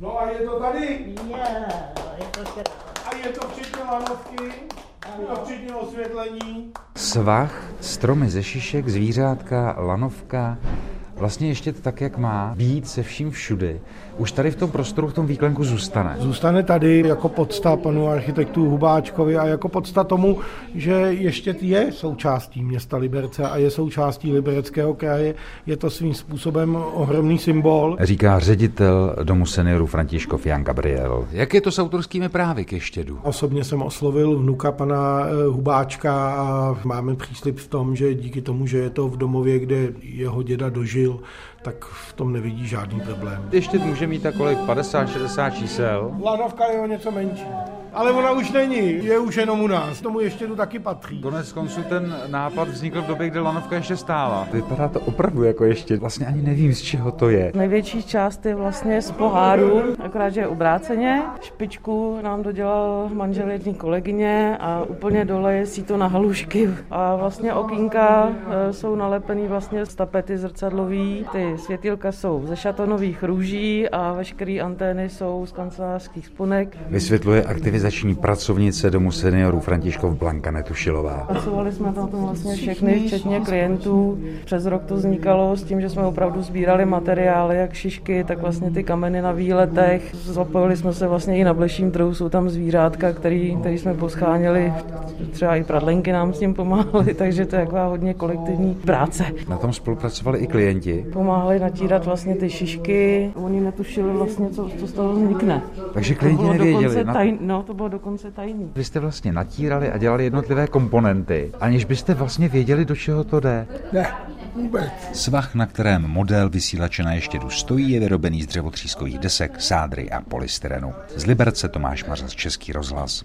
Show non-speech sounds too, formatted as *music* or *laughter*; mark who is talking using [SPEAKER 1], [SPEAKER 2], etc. [SPEAKER 1] No a je to tady.
[SPEAKER 2] Jo, je to krásné.
[SPEAKER 1] A je to včetně lanovky. Je to včetně osvětlení.
[SPEAKER 3] Svach, stromy ze šišek, zvířátka, lanovka, vlastně ještě tak, jak má být se vším všudy, už tady v tom prostoru, v tom výklenku zůstane.
[SPEAKER 4] Zůstane tady jako podsta panu architektu Hubáčkovi a jako podsta tomu, že ještě je součástí města Liberce a je součástí libereckého kraje. Je to svým způsobem ohromný symbol.
[SPEAKER 3] Říká ředitel domu seniorů Františkov Jan Gabriel. Jak je to s autorskými právy k ještědu?
[SPEAKER 4] Osobně jsem oslovil vnuka pana eh, Hubáčka a máme příslip v tom, že díky tomu, že je to v domově, kde jeho děda dožil, tak v tom nevidí žádný problém.
[SPEAKER 3] Ještěd může mít tak kolik 50-60 čísel.
[SPEAKER 4] Lanovka je o něco menší. Ale ona už není, je už jenom u nás. Tomu ještě tu taky patří.
[SPEAKER 3] Konec konců ten nápad vznikl v době, kdy lanovka ještě stála. Vypadá to opravdu jako ještě. Vlastně ani nevím, z čeho to je.
[SPEAKER 5] Největší část je vlastně z poháru, akorát, že je obráceně. Špičku nám dodělal manžel jedné kolegyně a úplně dole je síto na halušky. A vlastně okýnka eh, jsou nalepený vlastně z tapety zrcadlový. Ty světílka jsou ze šatonových růží a veškeré antény jsou z kancelářských sponek.
[SPEAKER 3] Vysvětluje aktivizační pracovnice domu seniorů Františkov Blanka Netušilová.
[SPEAKER 5] Pracovali jsme na tom vlastně všechny, včetně klientů. Přes rok to vznikalo s tím, že jsme opravdu sbírali materiály, jak šišky, tak vlastně ty kameny na výletech. Zapojili jsme se vlastně i na bleším trhu, jsou tam zvířátka, který, který jsme poscháněli. Třeba i pradlenky nám s tím pomáhali, *laughs* takže to je taková hodně kolektivní práce.
[SPEAKER 3] Na tom spolupracovali i klienti,
[SPEAKER 5] Pomáhali natírat vlastně ty šišky. Oni netušili vlastně, co, co z toho vznikne.
[SPEAKER 3] takže
[SPEAKER 5] To
[SPEAKER 3] klienti
[SPEAKER 5] bylo dokonce
[SPEAKER 3] nevěděli. Na...
[SPEAKER 5] tajný, no, to bylo dokonce tajný.
[SPEAKER 3] Vy jste vlastně natírali a dělali jednotlivé komponenty, aniž byste vlastně věděli, do čeho to jde.
[SPEAKER 4] Ne, vůbec.
[SPEAKER 3] Svach, na kterém model vysílače na ještědu stojí, je vyrobený z dřevotřískových desek, sádry a polystyrenu. Z Liberce Tomáš Mařas, Český rozhlas.